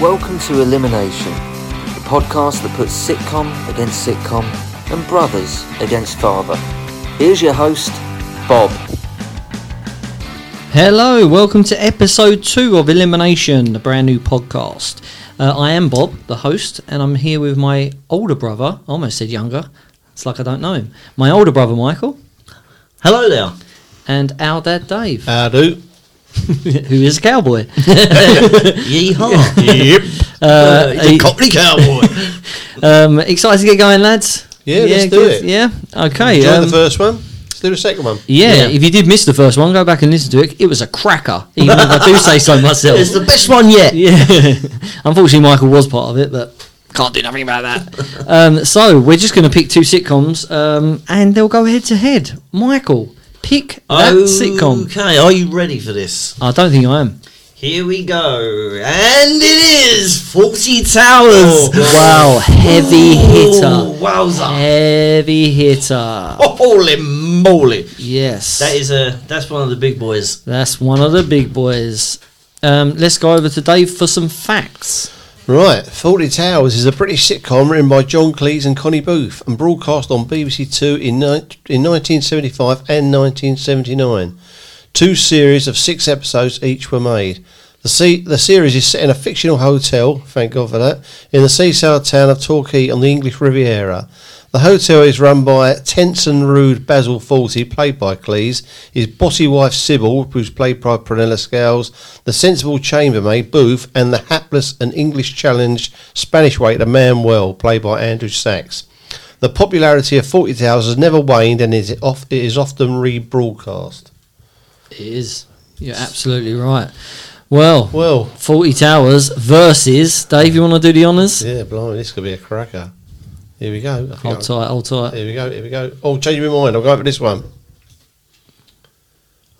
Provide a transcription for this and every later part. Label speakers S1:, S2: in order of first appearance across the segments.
S1: Welcome to Elimination, the podcast that puts sitcom against sitcom and brothers against father. Here's your host, Bob.
S2: Hello, welcome to episode two of Elimination, the brand new podcast. Uh, I am Bob, the host, and I'm here with my older brother. I almost said younger. It's like I don't know him. My older brother, Michael,
S3: Hello there.
S2: and our dad, Dave,
S3: I do.
S2: who is a cowboy.
S3: Yeehaw. yep.
S2: Uh,
S3: He's a cockney cowboy.
S2: um, excited to get going, lads?
S3: Yeah, let's do
S2: good.
S3: it.
S2: Yeah, okay.
S3: Enjoy
S2: um,
S3: the first one. Let's do the second one.
S2: yeah,
S3: Yeah.
S2: if you did miss the first one, go back and listen to it. It was a cracker, even if I do say so myself.
S3: the best one yet.
S2: Yeah. Unfortunately, Michael was part of it, but can't do nothing about that. um, so we're just going to pick two sitcoms, um, and they'll go head to head. Michael, pick that
S3: Oh.
S2: sitcom.
S3: Okay, are you ready for this?
S2: I don't think I am.
S3: Here we go. And it is 40 Towers.
S2: wow, heavy
S3: Oh,
S2: hitter.
S3: wowza.
S2: Heavy hitter.
S3: Holy moly.
S2: Yes.
S3: That is a that's one of the big boys.
S2: That's one of the big boys. Um, let's go over to Dave for some facts.
S4: Right, Forty Towers is a British sitcom written by John Cleese and Connie Booth and broadcast on BBC Two in, ni- in 1975 and 1979. Two series of six episodes each were made. The, se- the series is set in a fictional hotel, thank God for that, in the seaside town of Torquay on the English Riviera. The hotel is run by tense and rude Basil Fawlty, played by Cleese, his bossy wife Sybil, who's played by Prunella Scales, the sensible chambermaid Booth, and the hapless and English challenged Spanish waiter Manuel, played by Andrew Sachs. The popularity of Forty Towers has never waned and is, off, it is often rebroadcast.
S2: It is. You're absolutely right. Well,
S4: Well,
S2: 40 Towers versus Dave, you want to do the honours?
S4: yeah, blimey, this could be a cracker. Here we go. I think
S2: Hold
S4: I-
S2: tight, hold tight.
S4: Here we go. Here we go. Oh, change my mind. I'll go for this one.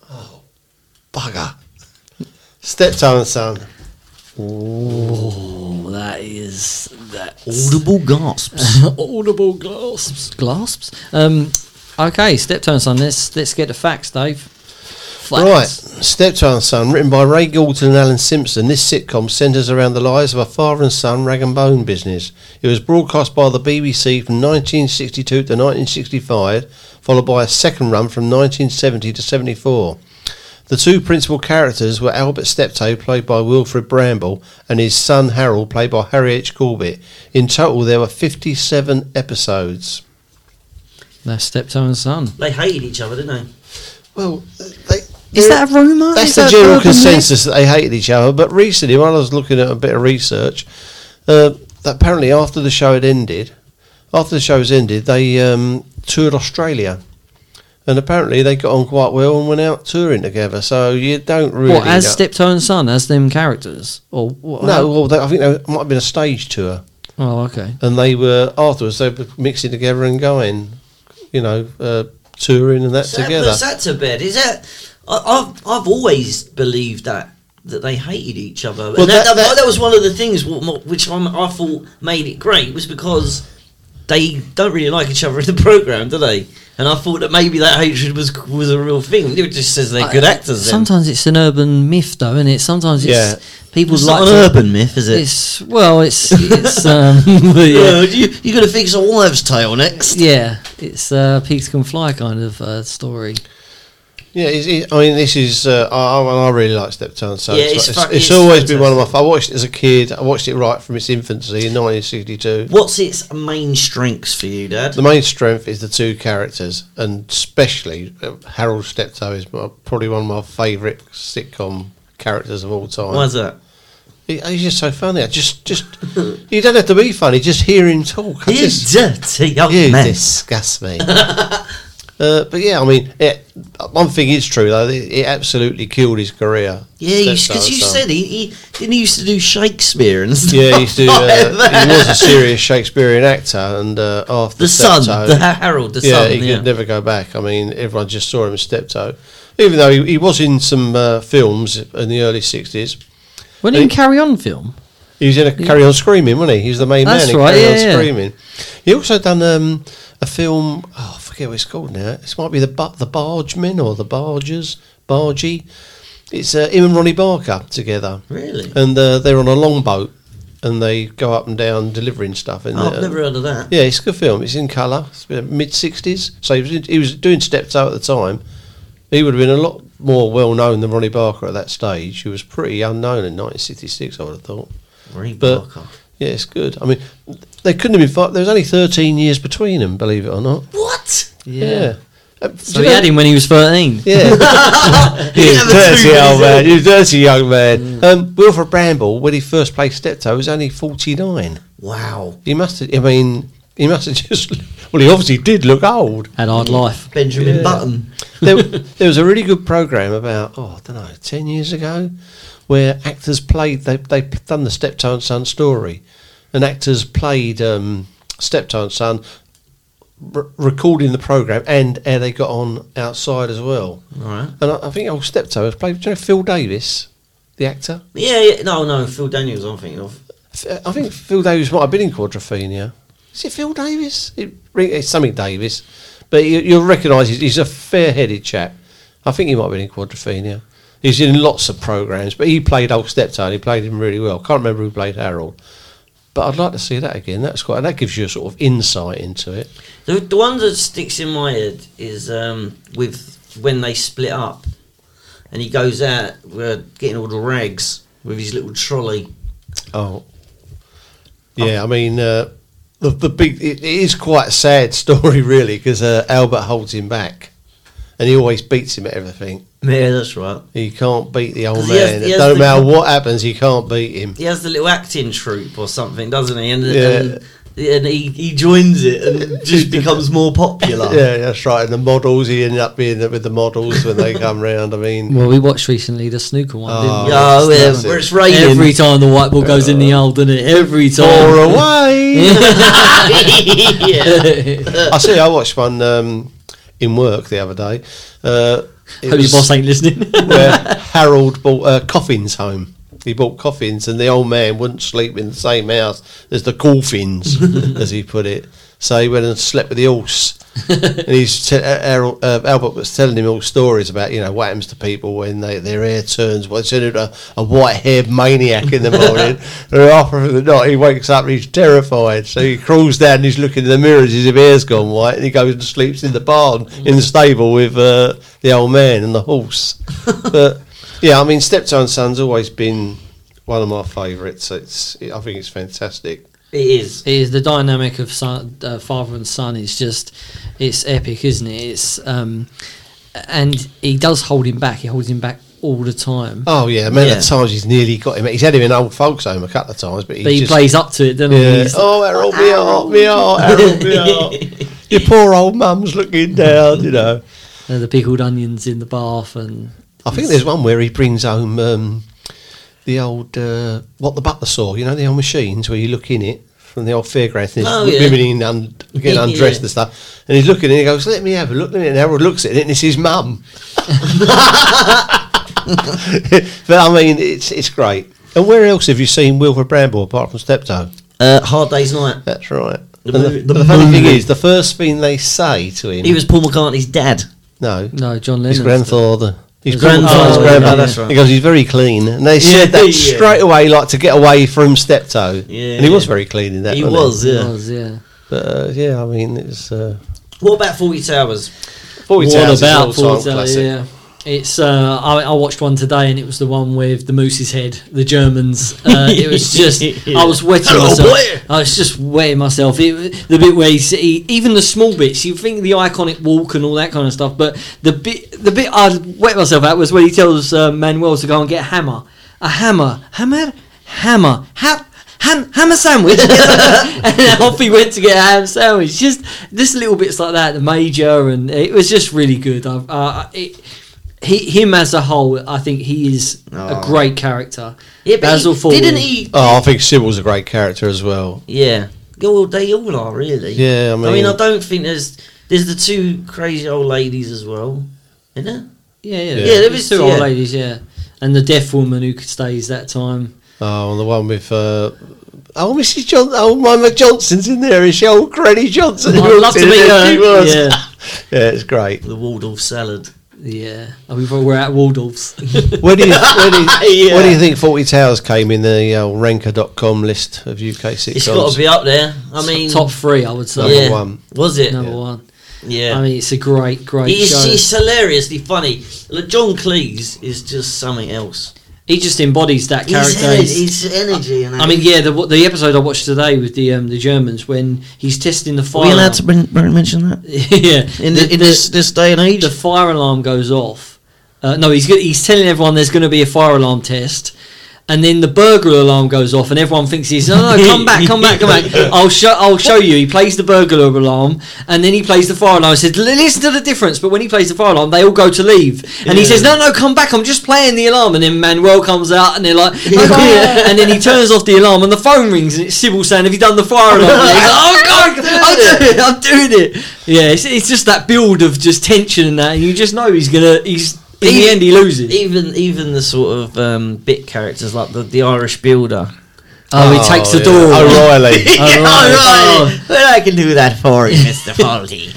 S4: Oh, bugger! Steptoe and Son.
S2: Oh, that is that
S3: Audible gasps.
S2: audible glasps. Glasps. Um, okay, Steptoe and Son. Let's let's get the facts, Dave. Facts.
S4: Right, Steptoe and Son, written by Ray Goulton and Alan Simpson. This sitcom centres around the lives of a father and son rag and bone business. It was broadcast by the BBC from 1962 to 1965, followed by a second run from 1970 to 74. The two principal characters were Albert Steptoe, played by Wilfred Bramble, and his son Harold, played by Harry H. Corbett. In total, there were 57 episodes.
S2: That's Steptoe and Son.
S3: they hated each other, didn't they?
S4: Well, they,
S2: Is that a rumour?
S4: that's
S2: Is
S4: the
S2: that
S4: general
S2: urban myth?
S4: consensus that they hated each other. But recently, while I was looking at a bit of research, uh, that apparently after the show had ended, after the show's ended, they um, toured Australia, and apparently they got on quite well and went out touring together. So you don't really
S2: What as
S4: know.
S2: Steptoe and Son as them characters or what?
S4: no, well, they, I think there might have been a stage tour,
S2: Oh, okay.
S4: and they were afterwards they were mixing together and going, you know, uh, touring and that
S3: So that
S4: together.
S3: puts that to bed. Is that? I, I've I've always believed that that they hated each other.
S4: Well,
S3: and that, that,
S4: that- that-
S3: that was one of the things wh- wh- which I'm, I thought made it great was because they don't really like each other in the program, do they? And I thought that maybe that hatred was was a real thing. It just says they're good
S2: I-
S3: actors. Then.
S2: Sometimes it's an urban myth, though, isn't it? Sometimes it's
S4: Yeah.
S2: people
S3: it's
S2: like
S3: not an
S2: to-
S3: urban myth, is it?
S2: It's well, it's it's um, yeah.
S3: Uh, you, you're going to fix a wives' tale next.
S2: Yeah, it's uh, pigs can fly kind of uh, story.
S4: Yeah, it's, it, I mean, this is. Uh, I, I I really like Steptoe and Son.
S3: Yeah,
S4: it's,
S3: it's
S4: it's,
S3: fuck-
S4: it's
S3: it's
S4: always been one of my. f- I watched it as a kid. I watched it right from its infancy in 1962.
S3: What's its main strengths for you, Dad?
S4: The main strength is the two characters, and especially uh, Harold Steptoe is my, probably one of my favourite sitcom characters of all time.
S3: Why's that?
S4: He- he's just so funny. I just, just you don't have to be funny. Just hear him talk. I
S3: You
S4: just-
S3: dirty old
S4: You
S3: man.
S4: disgust me. Uh, but yeah, I mean, it, one thing is true though; it, it absolutely killed his career.
S3: Yeah,
S4: Steptoe
S3: because
S4: and
S3: you
S4: Son.
S3: said he, he didn't he used to do Shakespeare and stuff.
S4: um, Yeah, he used to.
S3: like
S4: Uh,
S3: that.
S4: he was a serious Shakespearean actor, and uh, after
S3: the son,
S4: Steptoe-
S3: the Harold, the
S4: yeah,
S3: son.
S4: he
S3: yeah.
S4: could never go back. I mean, everyone just saw him as Steptoe, even though he, he was in some uh, films in the early sixties.
S2: When
S4: Hey.
S2: in Carry On film,
S4: He was in a Carry On Screaming, wasn't he? He was the main
S2: That's
S4: man in
S2: right,
S4: Carry
S2: yeah,
S4: On
S2: yeah.
S4: Screaming. He also done um, a film. Oh, I forget what it's called now. This might be the Bar- the Bargemen or the Bargers, Bargy. It's uh, him and Ronnie Barker together.
S3: Really?
S4: and uh, they're on a longboat and they go up and down delivering stuff. And
S3: Oh, I've
S4: uh,
S3: never heard of that.
S4: Yeah, it's a good film. It's in colour. It's mid sixties. So he was, he was doing steps out at the time. He would have been a lot more well known than Ronnie Barker at that stage. He was pretty unknown in 1966. I would have thought.
S3: Ray
S4: But-
S3: Barker.
S4: Yeah, it's good. I mean, they couldn't have been. Far, there was only 13 years between them. Believe it or not.
S3: What?
S2: So
S4: Uh, do
S2: he
S4: you know-
S2: had him when he was 13.
S4: Yeah.
S3: You
S4: You
S3: have a
S4: dirty
S3: two
S4: old
S3: minutes
S4: man. You dirty young man. Um, Wilfred Bramble, when he first played Steptoe, was only forty nine.
S3: Wow.
S4: He must. Have, I mean, he must have just. Well, he obviously did look old.
S2: Had hard life.
S3: Benjamin
S4: Yeah.
S3: Button.
S4: There, there was a really good program about oh, I don't know, ten years ago, where actors played. They they done the Steptoe and Son story, and actors played um, Steptoe and Son. r recording the program and how they got on outside as well.
S3: Alright.
S4: And I, I think old Steptoe was played. Do you know Phil Davis, the actor?
S3: Yeah, yeah, no, no, Phil Daniels I'm thinking of.
S4: F- I think Phil Davis might have been in Quadrophenia. Is it Phil Davis? It, ring- it's something Davis, but you, you'll recognise he's, he's a fair-headed chap. I think he might have been in Quadrophenia. He's in lots of programs, but he played old Steptoe. and He played him really well. Can't remember who played Harold, but I'd like to see that again. That's quite. That gives you a sort of insight into it.
S3: The, the one that sticks in my head is um, with when they split up and he goes out uh, getting all the rags with his little trolley.
S4: Oh, yeah. I mean, uh, the the big it, it is quite a sad story, really, because uh, Albert holds him back, and he always beats him at everything.
S3: Yeah, that's right.
S4: He can't beat the old
S3: 'Cause he has-
S4: man.
S3: he
S4: it
S3: has
S4: don't
S3: the-
S4: matter what happens, he can't beat him.
S3: He has the little acting troupe or something, doesn't he? And,
S4: Yeah.
S3: and, and he, he joins it and just becomes more popular.
S4: Yeah, that's right. And the models, he ended up being with the models when they come round. I mean,
S2: Well, we watched recently the snooker one,
S4: Oh,
S2: didn't we? Uh,
S3: Yeah,
S4: that's-
S3: yeah,
S4: that's
S3: where
S4: it.
S3: it's raining.
S2: Every time the white ball goes in the hole, doesn't it? Every
S4: far
S2: time.
S4: away.
S3: yeah.
S4: I see. I watched one um, in work the other day. Uh, it
S2: Hope your
S4: was-
S2: boss ain't listening.
S4: where Harold bought uh, coffins home. He bought coffins, and the old man wouldn't sleep in the same house as the coffins, as he put it. So he went and slept with the horse. and he's te- uh, Harold, uh, Albert was telling him all stories about you know what happens to people when they, their hair turns. What's in it? A, a white-haired maniac in the morning, and after the night he wakes up and he's terrified. So he crawls down, and he's looking in the mirror as his hair's gone white, and he goes and sleeps in the barn in the stable with uh, the old man and the horse but yeah, I mean, Steptoe and Son's always been one of my favourites. It's, I think it's fantastic.
S3: It is.
S2: It is the dynamic of son, uh, father and son is just it's epic, isn't it? It's um, and he does hold him back. He holds him back all the time.
S4: Oh yeah, the amount
S3: Yeah.
S4: of times he's nearly got him. He's had him in old folks' home a couple of times, but he,
S2: but he
S4: just,
S2: plays up to it, doesn't he?
S4: Yeah.
S2: He's-
S4: Oh, Harold, me heart, me heart, Harold, me heart. Your poor old mum's looking down, you know.
S2: uh, the pickled onions in the bath, and
S4: I think there's one where he brings home um, the old uh, what the butler saw. You know, the old machines where you look in it from the old fairground. And
S3: Oh,
S4: oh,
S3: yeah.
S4: Women in un- getting
S3: Yeah.
S4: undressed and stuff. And he's looking and he goes, "Let me have a look." Let me. And Harold looks at it and it's his mum. but I mean, it's it's great. And where else have you seen Wilfred Bramble apart from Steptoe?
S3: Uh, Hard Day's Night.
S4: That's right.
S3: The
S4: And
S3: movie-
S4: the,
S3: the
S4: the funny thing
S3: movie.
S4: is, the first thing they say to him,
S3: He was Paul McCartney's dad.
S4: no,
S2: no, John Lennon.
S4: his grandfather. His
S2: His
S4: grandfather.
S2: grandfather,
S4: His
S2: yeah,
S4: grandfather.
S3: that's right.
S4: He goes, he's very clean. And they
S3: Yeah,
S4: said that
S3: yeah.
S4: straight away, like to get away from Steptoe.
S3: Yeah.
S4: And he was very clean in that.
S3: He
S4: wasn't
S3: was,
S2: It
S3: yeah.
S2: was, yeah.
S4: But uh, yeah, I mean, it's. Uh,
S3: What about 40 Towers?
S4: 40
S2: What
S4: Towers is an
S2: about
S4: all-time
S2: Forza?
S4: classic.
S2: Yeah, it's. Uh, I, I watched one today, and it was the one with the moose's head. The Germans. Uh, it was just. I was wetting
S3: Hello,
S2: myself.
S3: boy.
S2: I was just wetting myself. It, was- the bit where he, s- he, even the small bits. You think the iconic walk and all that kind of stuff, but the bit, the bit I wet myself at was when he tells uh, Manuel to go and get a hammer, a hammer, hammer, hammer, ha- ham, hammer sandwich. and off he went to get a ham sandwich. Just just little bits like that, the major, and it was just really good. I, uh, it, he, him as a whole, I think he is
S3: Oh.
S2: a great character.
S3: Yeah, but
S2: Basil
S3: he,
S2: Fawley.
S3: didn't he?
S4: Oh, I think Sybil's a great character as well.
S3: Yeah. Well, they all are, really.
S4: Yeah, I mean.
S3: I mean, I don't think there's there's the two crazy old ladies as well, isn't there?
S2: Yeah, yeah,
S4: Yeah.
S3: Yeah, there
S2: There's
S3: is-
S2: two old
S3: yeah.
S2: ladies, yeah, and the deaf woman who stays that time.
S4: oh, the one with. Uh, Oh, Mrs. Johnson! Oh, Mama Johnson's in there. Is she old Granny Johnson?
S2: I'd love to
S4: Yeah,
S2: meet
S4: she
S2: her.
S4: was.
S2: Yeah.
S4: yeah, it's great.
S3: The Waldorf salad.
S2: Yeah, I mean, we're at Waldorf's.
S4: Where do you where do you,
S3: Yeah.
S4: where do you think Forty Towers came in the uh, Ranker.com list of UK sitcoms?
S3: It's got to be up there. I mean,
S2: top three, I would
S4: Number
S2: say.
S3: yeah.
S4: one.
S3: Was it?
S2: Number one.
S3: Yeah.
S2: I mean, it's a great, great
S3: He's,
S2: show.
S3: he's hilariously funny. Look, John Cleese is just something else.
S2: He just embodies that
S3: His,
S2: character.
S3: ener-
S2: He's-
S3: his energy and
S2: I mean, yeah, the, the episode I watched today with the um, the Germans when he's testing the fire. alarm.
S3: mention that
S2: yeah,
S3: in,
S2: the,
S3: the, in this this day and age?
S2: the fire alarm goes off. Uh, no, he's go- he's telling everyone there's going to be a fire alarm test, and then the burglar alarm goes off, and everyone thinks he's no, no, come back, come back, come back. I'll show I'll show you. He plays the burglar alarm, and then he plays the fire alarm. He says, "Li- listen to the difference. But when he plays the fire alarm, they all go to leave, and he
S3: Yeah.
S2: says, no, no, come back. I'm just playing the alarm. And then Manuel comes out, and they're like, "Oh, God."
S3: Yeah.
S2: and then he turns off the alarm, and the phone rings, and it's Sybil saying, have you done the fire alarm? And he's like, oh God, I'm doing it, I'm doing it. Yeah, it's, it's just that build of just tension and that, and you just know he's gonna. He's in the
S3: He-
S2: end he loses.
S3: even even the sort of um, bit characters like the, the Irish builder.
S2: oh, he takes the
S4: yeah.
S2: door.
S4: O'Reilly.
S2: All Oh, right. Oh.
S3: right. Well, I can do that for you, Mister Faulty.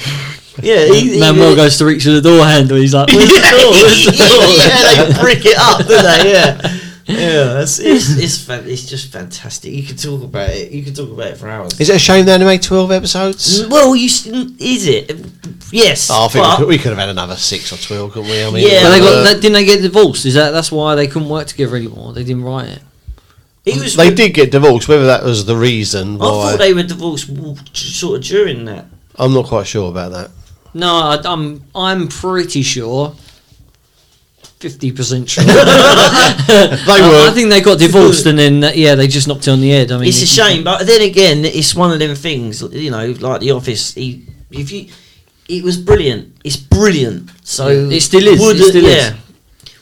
S3: yeah, he,
S2: Manuel
S3: he,
S2: goes to reach for the door handle. He's like, "Where's the door? Where's the door?"
S3: yeah, they brick it up, do they? Yeah. Yeah, it's it's, it's, fan- it's just fantastic. You could talk about it. You could talk about it for hours.
S4: Is it a shame they only made twelve episodes?
S3: Well, you s- is it? Um, Yes.
S4: Oh, I think
S3: Mm.
S4: we
S3: but
S4: could, we could have had another six or twelve, couldn't we? I mean,
S3: Yeah,
S2: But they got,
S4: uh,
S2: that, didn't they get divorced? Is that that's why they couldn't work together anymore? They didn't write it.
S3: he was.
S4: they did get divorced. Whether that was the reason
S3: I thought
S4: why,
S3: they were divorced w- sort of during that.
S4: I'm not quite sure about that.
S2: No, I, I'm I'm pretty sure. Fifty percent sure.
S4: They
S2: I,
S4: were.
S2: I think they got divorced and then uh, yeah, they just knocked it on the head. I mean,
S3: It's a
S2: it-
S3: shame, but then again, it's one of them things. You know, like The Office. He, if you, it was brilliant. It's brilliant. So
S2: It still is, it
S3: Would
S2: still is.
S3: yeah.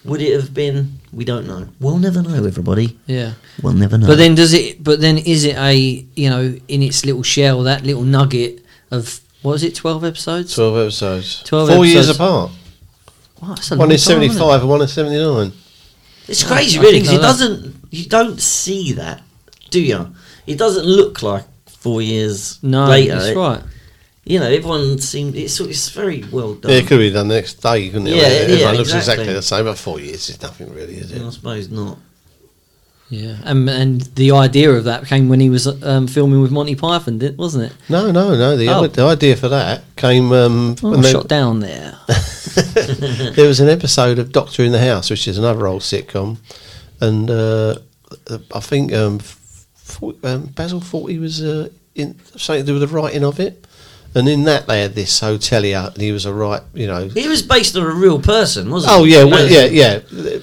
S3: Would it have been? We don't know. We'll never know, everybody.
S2: Yeah.
S3: We'll never know.
S2: But then does it? But then is it a you know in its little shell that little nugget of what was it twelve episodes?
S4: Twelve episodes.
S2: 12
S4: Four years
S2: episodes.
S4: apart.
S2: Wow, that's a long
S4: One is
S2: time, isn't it?
S4: seventy-five and one is seventy-nine.
S3: it's crazy,
S2: I
S3: really,
S2: think
S3: because it
S2: I know.
S3: doesn't. You don't see that, do you? It doesn't look like four years
S2: No,
S3: later. eh?
S2: that's
S3: It-
S2: right.
S3: You know, everyone seemed it's it's very well done.
S4: Yeah, it could be done the next day, couldn't it?
S3: Yeah,
S4: Everyone
S3: yeah,
S4: looks exactly.
S3: exactly
S4: the same. But four years is nothing, really, is it?
S3: I suppose not.
S2: Yeah, and and the idea of that came when he was um, filming with Monty Python, did- wasn't it?
S4: No, no, no. The,
S2: Oh.
S4: other- the idea for that came um,
S2: Oh,
S4: when they-
S2: shot down there.
S4: there was an episode of Doctor in the House, which is another old sitcom, and uh, I think um, Fort um, Basil thought he was uh, in something to do with the writing of it. And in that, they had this hotelier, and he was a right, you know,
S3: It was based on a real person, wasn't
S4: Oh
S3: it?
S4: yeah,
S3: No.
S4: well, yeah, yeah.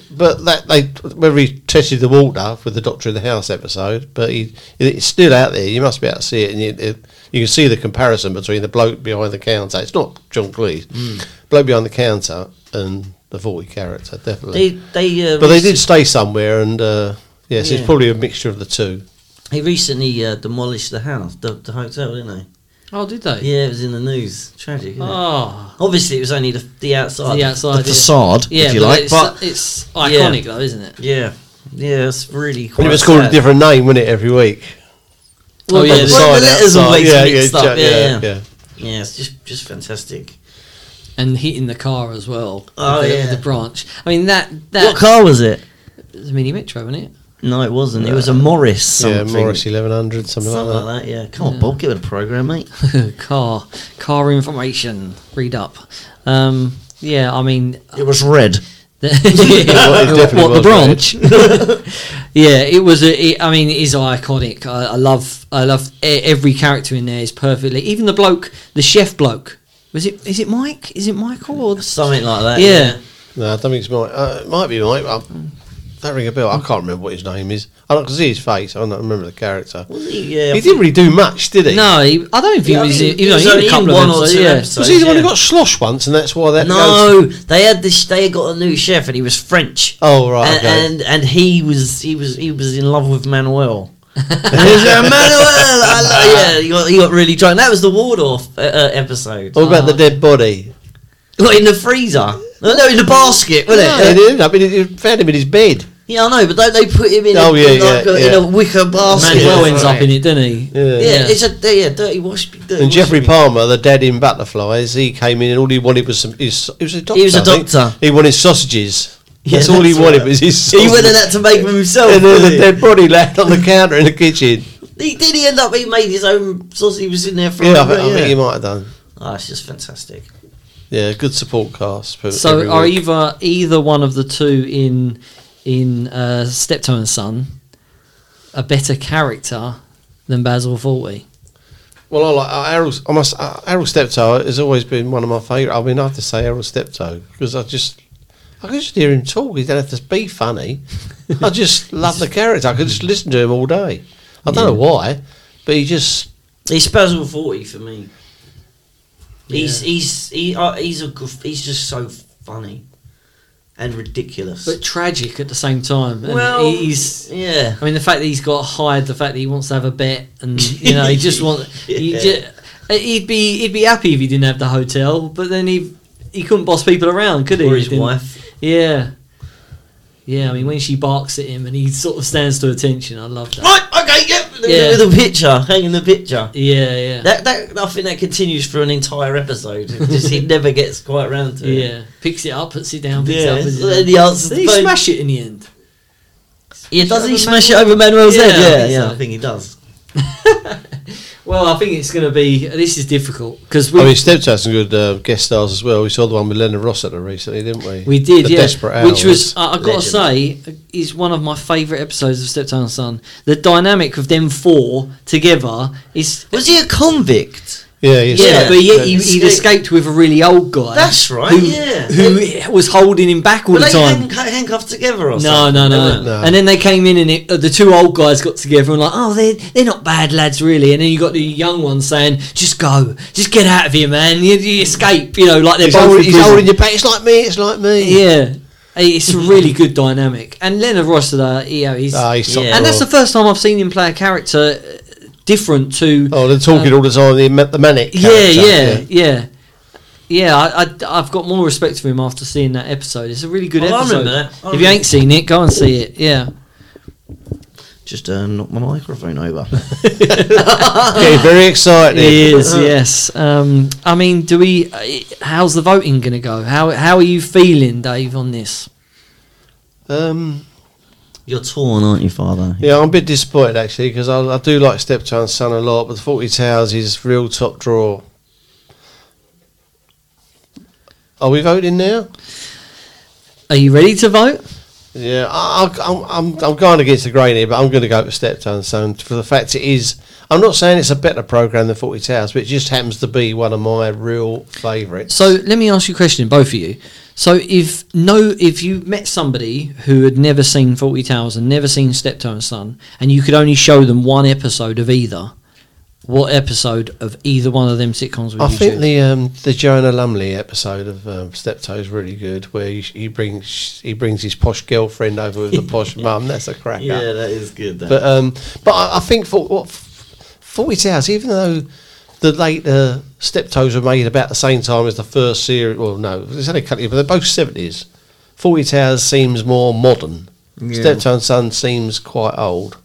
S4: But that they whether he tested the water with the Doctor in the House episode, but he it's still out there. You must be able to see it, and you, it, you can see the comparison between the bloke behind the counter. It's not John Cleese,
S3: Hmm.
S4: bloke behind the counter, and the forty character
S3: They
S4: definitely.
S3: they uh,
S4: but they
S3: rec-
S4: did stay somewhere, and uh, yes,
S3: Yeah.
S4: it's probably a mixture of the two.
S3: He recently uh, demolished the house, the, the hotel, didn't
S2: Oh, did they?
S3: they? Yeah, it was in the news. Tragic. Isn't it?
S2: Oh,
S3: Obviously, it was only the, the outside.
S2: the outside. yeah.
S4: facade,
S2: yeah, but it's, it's iconic though, isn't it?
S3: Yeah, yeah, it's really. Quite
S4: And it was called a
S3: sad.
S4: different name, wasn't it, every week?
S2: Oh, yeah,
S3: the,
S2: the
S3: well,
S4: Side,
S3: the letters
S4: outside.
S3: always mixed
S4: yeah,
S3: up. Yeah, yeah,
S4: yeah.
S3: Yeah, it's just just fantastic.
S2: And hitting the car as well.
S3: Oh,
S2: with the,
S3: yeah.
S2: the branch. I mean that
S3: What
S2: that
S3: car was it?
S2: it was a mini metro, wasn't it?
S3: No, it wasn't. It was a Morris.
S4: Uh, Yeah,
S3: Something.
S4: Morris eleven hundred, something,
S3: Something
S4: like that.
S3: like that. Yeah. Come on, Bob. Give it a program, mate.
S2: car car information. Read up. Um, yeah, I mean
S3: It was red.
S2: The-
S4: it definitely
S2: what, the
S4: was
S2: branch? yeah, it was. A, it, I mean, it is iconic. I, I love. I love e- every character in there is perfectly. Even the bloke, the chef bloke. Was it? Is it Mike? Is it Michael? Or
S3: Something like that.
S2: yeah.
S4: No, I don't think it's Mike. Uh, it might be Mike. But I- that ring a bell. I can't remember what his name is. I don't I can see his face. I don't remember the character.
S3: Was he? Yeah.
S4: He didn't really do much, did he?
S2: No, he, I don't think
S3: Yeah, I
S2: he was.
S3: think
S2: He,
S3: he
S2: was only in a couple of
S3: one or
S2: episodes,
S3: two
S2: yeah.
S3: episodes.
S4: Was he the one who
S3: yeah.
S4: got slosh once, and that's why that?
S3: No,
S4: goes-
S3: they had this. They had got a new chef, and he was French.
S4: Oh right.
S3: and,
S4: Okay.
S3: and and he was he was he was in love with Manuel. And he was like, Manuel, I love-" yeah, he got, he got really drunk. That was the Wardorf uh, uh, episode.
S4: what about the dead body?
S3: Got in the freezer. No, no, in the basket, wasn't
S4: Yeah,
S3: it?
S4: it ended up in- he found him in his bed.
S3: Yeah, I know, but don't they put him in,
S4: Oh,
S3: a,
S4: yeah,
S3: in like
S4: yeah,
S3: a, in a
S4: yeah.
S3: wicker basket?
S2: Manuel
S4: Yeah.
S2: ends up in it, doesn't he?
S4: Yeah.
S3: Yeah, it's a yeah, dirty wash. Dirty
S4: And
S3: wash-
S4: Jeffrey Palmer, the dad in Butterflies, he came in and all he wanted was some. His, he was a doctor.
S3: was a
S4: I think.
S3: doctor.
S4: He wanted sausages.
S3: Yeah,
S4: that's, all he
S3: that's
S4: wanted
S3: right.
S4: was his
S3: He
S4: sausages.
S3: went in that to make him himself.
S4: and then
S3: didn't
S4: the
S3: he?
S4: dead body left on the counter in the kitchen.
S3: He did. He end up. He made his own sausage. He was in there for.
S4: Yeah, I,
S3: a
S4: think- I
S3: yeah.
S4: think he might have done.
S3: Oh, it's just fantastic.
S4: Yeah, good support cast. for
S2: So
S4: every
S2: are
S4: week.
S2: either either one of the two in in uh, Steptoe and Son a better character than Basil Fawlty?
S4: Well, I like uh, Errol. I must. Uh, Errol Steptoe has always been one of my favourite. I mean, I have to say Errol Steptoe because I just, I could just hear him talk. He do not have to be funny. I just love the character. I could just listen to him all day. I don't know why, but he just.
S3: He's Basil Forty for me. He's he's he, uh, he's a good, he's just so funny and ridiculous.
S2: But tragic at the same time. And
S3: well,
S2: he's
S3: yeah.
S2: I mean, the fact that he's got hired, the fact that he wants to have a bet, and you know, he just wants.
S3: Yeah.
S2: He would be he'd be happy if he didn't have the hotel, but then he he couldn't boss people around, could he?
S3: Or
S2: He
S3: his
S2: didn't-
S3: wife.
S2: Yeah, yeah. I mean, when she barks at him and he sort of stands to attention, I love that.
S3: Right. Okay. Yep. The,
S2: Yeah.
S3: the picture. Hanging the picture.
S2: Yeah, yeah,
S3: That, that I think that continues for an entire episode. It just he never gets quite round to it.
S2: yeah. Picks it up, puts it down, picks
S3: Yeah,
S2: it up. puts it
S3: so
S2: down.
S3: then he answers
S2: Does
S3: the
S2: he
S3: phone.
S2: smash it in the end.
S3: Yeah, doesn't he
S2: Over
S3: smash it over Manuel's
S2: Yeah, I
S3: head?
S2: think
S3: Yeah, yeah,
S2: so.
S3: I think he does.
S2: Well, I think it's going to be. This is difficult because we
S3: Oh,
S4: I mean, Steptoe had some good uh, guest stars as well. We saw the one with Leonard Rossiter recently, didn't we?
S2: We did,
S4: The
S2: yeah.
S4: Desperate Hours.
S2: Which was, I, I've got to
S3: Legend.
S2: say, is one of my favourite episodes of Steptoe and Son. The dynamic of them four together is.
S3: Was he a convict?
S4: yeah, yes,
S2: Yeah,
S3: Yeah.
S2: but yet he,
S3: Escaped.
S2: he'd escaped with a really old guy.
S3: That's right,
S2: Who,
S3: yeah.
S2: Who was holding him back all
S3: Were
S2: the
S3: they
S2: time.
S3: hand- handcuffed together
S2: No,
S3: or something?
S2: no, no,
S4: No.
S2: And then they came in, and it, uh, the two old guys got together and like, oh, they're they're not bad lads, really. And then you got the young one saying, just go, just get out of here, man. You, you escape, you know, like they're
S4: He's,
S2: both
S4: holding,
S2: in
S4: he's
S2: prison.
S4: holding you back. It's like me. It's like me.
S2: Yeah, it's a really good dynamic. And Leonard Rossiter, you know, he's,
S4: Ah, he's top
S3: Yeah.
S2: and that's the
S4: drawer.
S2: first time I've seen him play a character uh, different to.
S4: oh, they're talking all the time. The, ma- the manic.
S2: Uh, yeah,
S4: character,
S2: yeah, yeah, yeah, I, I, I've got more respect for him after seeing that episode. It's a really good
S3: Oh, I
S2: episode.
S3: remember that. I
S2: if you
S3: remember-
S2: ain't seen it, go and see it. Yeah,
S3: Just uh, knock my microphone over.
S4: Getting very excited.
S2: it is. yes. Um, I mean, do we? uh, How's the voting going to go? How How are you feeling, Dave, on this?
S4: Um,
S3: You're torn, aren't you, Father?
S4: yeah, I'm a bit disappointed actually because I, I do like Steptoe and Son a lot, but Forty Towers is real top drawer. Are we voting now?
S2: Are you ready to vote?
S4: Yeah, I, I- I'm, I'm, I'm going against the grain here, but I'm going to go for Steptoe and Son for the fact it is. I'm not saying it's a better program than Forty Towers, but it just happens to be one of my real favourites.
S2: So let me ask you a question, both of you. So if no, if you met somebody who had never seen Forty Towers and never seen Steptoe and Son, and you could only show them one episode of either, what episode of either one of them sitcoms would
S4: I
S2: you
S4: think
S2: choose?
S4: the um, the Joanna Lumley episode of um, Steptoe is really good, where he, he brings he brings his posh girlfriend over with the posh mum. That's a cracker.
S3: Yeah, that is good. That.
S4: But
S2: uh,
S4: um, but I, I think for what Forty Towers, even though the later Steptoes were made about the same time as the first series, well, no, it's only a couple, but they're both seventies. Forty Towers seems more modern. Steptoe and Son seems quite old.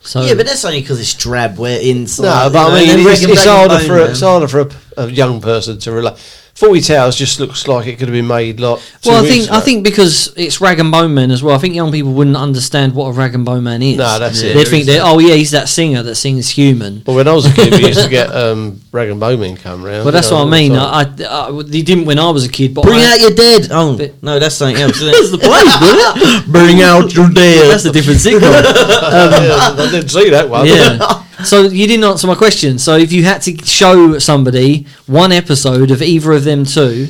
S2: So
S3: yeah, but that's only because it's drab. We're inside.
S4: No, but I
S3: you know,
S4: mean,
S3: and
S4: it's,
S3: Wrecking
S4: it's
S3: Bad
S4: harder
S3: Bone,
S4: for a,
S3: man.
S4: it's harder for a, a young person to relate. Forty Towers just looks like it could have been made like. two
S2: well, I
S4: weeks
S2: think I
S4: ago.
S2: think because it's Rag and Bone Man as well. I think young people wouldn't understand what a Rag and Bone Man is.
S4: No, that's it.
S2: They
S4: There
S2: think
S4: is
S2: they oh yeah, he's that singer that sings human.
S4: But when I was a kid, we used to get um, Rag and Bowman come round.
S2: Well, that's
S4: you
S2: what I
S4: know, all the
S2: mean.
S4: time.
S2: I, I, I- they didn't when I was a kid, but
S3: Bring
S2: I-
S3: out your dead. Oh
S2: But-
S3: no, that's something else. isn't it?
S2: that's the place, wasn't it?
S3: Bring out your dead.
S2: That's a different sitcom.
S4: Yeah, I didn't see that one.
S2: um, yeah. So you didn't answer my question. So if you had to show somebody one episode of either of them two,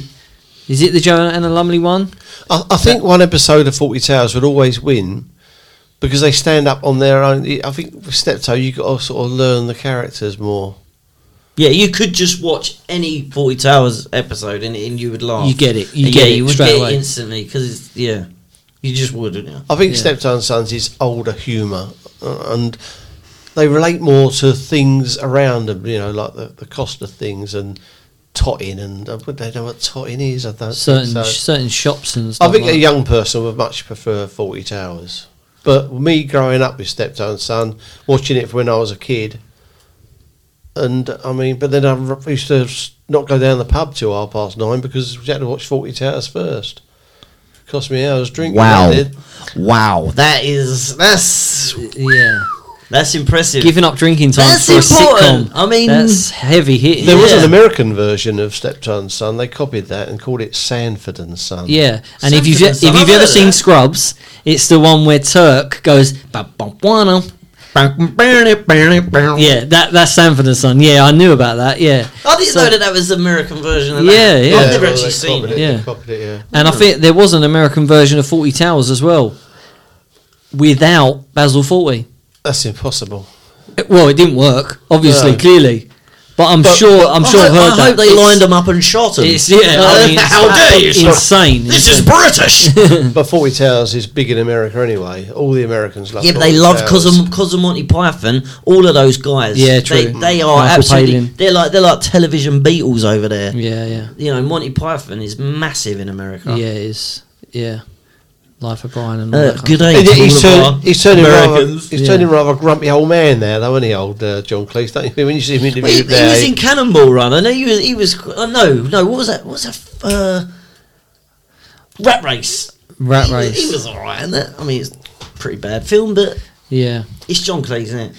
S2: is it the Joanna and the Lumley one?
S4: I, I think one episode of Forty Towers would always win because they stand up on their own. I think with Steptoe, you got to sort of learn the characters more.
S3: Yeah, you could just watch any Forty Towers episode and, and you would laugh.
S2: You get it. You
S3: yeah,
S2: get it
S3: you would
S2: straight
S3: get
S2: away.
S3: it instantly because it's yeah, you just would, wouldn't you?
S4: I think
S2: Yeah.
S4: Steptoe and Sons is older humour uh, and they relate more to things around them, you know, like the, the cost of things and totting, and I don't know what totting is. I don't
S2: Certain
S4: think so.
S2: certain shops and stuff.
S4: I think
S2: like
S4: a young person would much prefer Forty Towers. But me growing up with Stepdad and Son, watching it when I was a kid, and I mean, but then I r- used to s- not go down the pub till half past nine because we had to watch Forty Towers first. Cost me hours drinking.
S5: Wow.
S4: that did.
S5: Wow.
S3: That is that's
S2: that. yeah,
S3: that's impressive.
S2: giving up drinking time
S3: That's
S2: for
S3: important.
S2: a sitcom.
S3: I mean-
S2: that's heavy hitting.
S4: There was
S3: Yeah.
S4: an American version of Stepdad and Son. They copied that and called it Sanford and Son.
S2: Yeah, and if you've e-,
S3: Something,
S2: if
S3: I've
S2: you've
S3: heard
S2: ever
S3: of
S2: seen
S3: that.
S2: Scrubs, it's the one where Turk goes "Ba, ba, wanna." Yeah, that that's Sanford and Son. Yeah, I knew about that. Yeah,
S3: I didn't
S2: So-
S3: know that that was the American version of
S2: Yeah,
S3: that.
S2: yeah.
S3: I've never
S4: well,
S3: actually
S4: they
S3: seen
S4: copied
S3: it.
S4: it, they
S2: Yeah.
S4: copied it, yeah.
S2: and I
S3: Hmm.
S2: think there was an American version of Forty Towers as well, without Basil Fawlty.
S4: That's impossible.
S2: Well, it didn't work, obviously,
S4: No.
S2: clearly, but I'm sure I'm
S3: I
S2: sure
S3: hope-
S2: heard
S3: I
S2: that.
S3: hope they
S2: It's-
S3: lined them up and shot them. Uh,
S2: It's yeah, I mean, it's
S3: how dare you? sir?
S2: Insane.
S3: This
S2: insane.
S3: is British.
S4: But Forty Towers is big in America anyway. All the Americans love.
S3: Yeah, but they
S4: Fawlty
S3: love
S4: Towers.
S3: Cosm- Cosmo Monty Python. All of those guys.
S2: Yeah,
S3: They,
S2: true.
S3: they are
S2: Michael
S3: absolutely.
S2: Palin.
S3: They're like they're like television Beatles over there.
S2: yeah, yeah,
S3: You know, Monty Python is massive in America.
S2: yeah. It is yeah. Life of Brian and all
S3: Uh,
S2: that. kind
S3: good
S2: of-
S3: day.
S4: He-
S3: to all
S4: he's,
S3: of
S4: turn,
S3: our
S4: he's turning rather,
S3: Americans.
S4: he's
S2: yeah.
S4: turning rather a grumpy old man there, though, isn't he, old uh, John Cleese? Don't you? When you see him
S3: Well, He, he
S4: interviewed there,
S3: was in Cannonball Run. I know he was. He was. Uh, no, no. What was that? What was that? f- Uh, Rat Race.
S2: Rat
S3: He was-
S2: race.
S3: He was alright in that. I mean, it's a pretty bad film, but
S2: yeah.
S3: it's John Cleese, isn't it?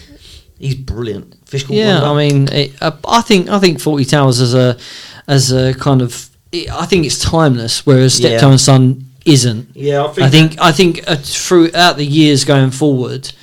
S3: He's brilliant. Fish called
S2: Yeah,
S3: Wanda.
S2: I mean, it, uh, I think I think Forty Towers as a as a kind of it, I think it's timeless, whereas
S3: Yeah.
S2: Steptoe and Son isn't.
S3: yeah. I think.
S2: I think I think uh, throughout the years going forward,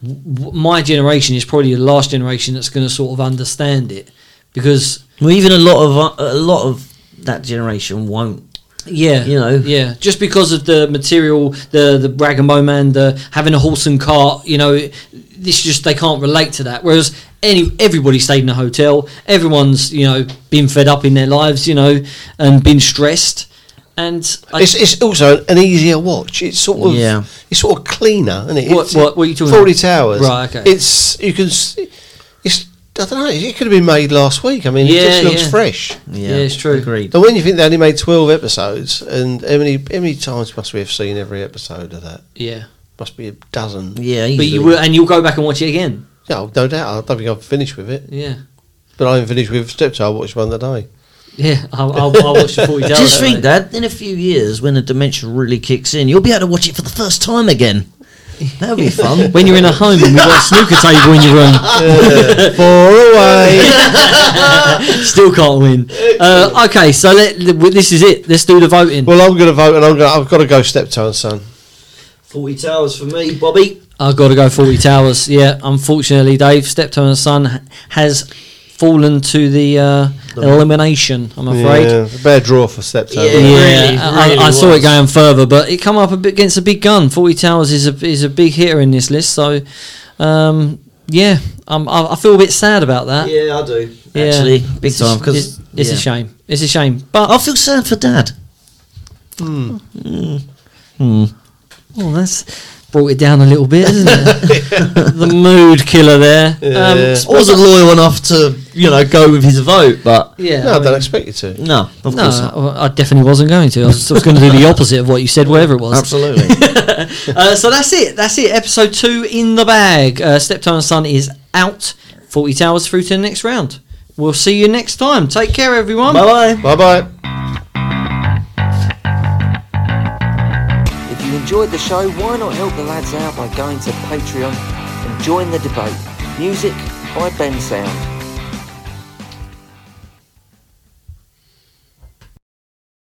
S2: w- w- my generation is probably the last generation that's going to sort of understand it because
S3: well, even a lot of uh, a lot of that generation won't.
S2: yeah,
S3: You know.
S2: yeah, just because of the material, the the rag and bone man, the having a horse and cart, you know, this just they can't relate to that. Whereas any everybody stayed in a hotel, everyone's you know been fed up in their lives, you know, and been stressed, and I-
S4: it's, it's also an easier watch. It's sort of
S3: Yeah.
S4: it's sort of cleaner, isn't it?
S2: What-
S4: It's-
S2: what- what are you talking
S4: Forty
S2: about?
S4: Towers,
S2: Right, okay.
S4: It's you can, s- it's I don't know. It could have been made last week. I mean,
S2: Yeah,
S4: it just looks
S2: yeah.
S4: fresh.
S3: Yeah,
S2: Yeah, it's true.
S3: Agreed.
S4: But when you think they only made twelve episodes, and how many how many times must we have seen every episode of that?
S2: yeah,
S4: Must be a dozen.
S3: Yeah,
S2: but
S3: easily.
S2: you will, and you'll go back and watch it again.
S4: No, no doubt. I don't think I've finished with it,
S2: Yeah,
S4: but I'm finished with Steptoe. I watched one today.
S2: yeah, I'll, I'll, I'll watch the forty hours.
S3: Just think, Dad, in a few years, when the dementia really kicks in, you'll be able to watch it for the first time again. That'll be fun.
S2: when you're in a home and you've got a snooker table in your room,
S4: Far away.
S2: still can't win. Uh, okay, so let, this is it. Let's do the voting.
S4: Well, I'm going to vote, and I'm going. I've got to go Steptoe and Son.
S3: Forty towers for me, Bobby.
S2: I've got to go 40 Towers. Yeah, unfortunately, Dave, Steptoe and Son ha- has fallen to the uh, elimination, I'm afraid. Yeah.
S4: Yeah, bad draw for Steptoe.
S3: Yeah. really,
S2: I,
S3: really
S2: I saw
S3: was.
S2: it going further, but it come up a bit against a big gun. Forty Towers is a is a big hitter in this list, so um, yeah, um, I, I feel a bit sad about that.
S3: Yeah, I do.
S2: Yeah.
S3: Actually, big
S2: It's a-
S3: time because
S2: it's, it's a shame. It's a shame, but oh,
S3: I feel sad for Dad. Hmm.
S2: Well, that's brought it down a little bit, isn't it? the mood killer there. Um,
S4: Yeah.
S3: I wasn't loyal enough to, you know, go with his vote, but
S2: yeah.
S4: No,
S2: I
S4: I don't
S2: mean-
S4: expect you to.
S3: no, of
S2: no,
S3: course not.
S2: I I definitely wasn't going to. I was, I was going to do the opposite of what you said, whatever it was.
S3: Absolutely.
S2: Uh, so that's it. That's it. Episode two in the bag. Uh, Steptoe and Son is out. 40 Towers through to the next round. We'll see you next time. Take care, everyone.
S3: bye.
S4: Bye bye.
S1: If you enjoyed the show, why not help the lads out by going to Patreon and join the debate? Music by Ben Sound.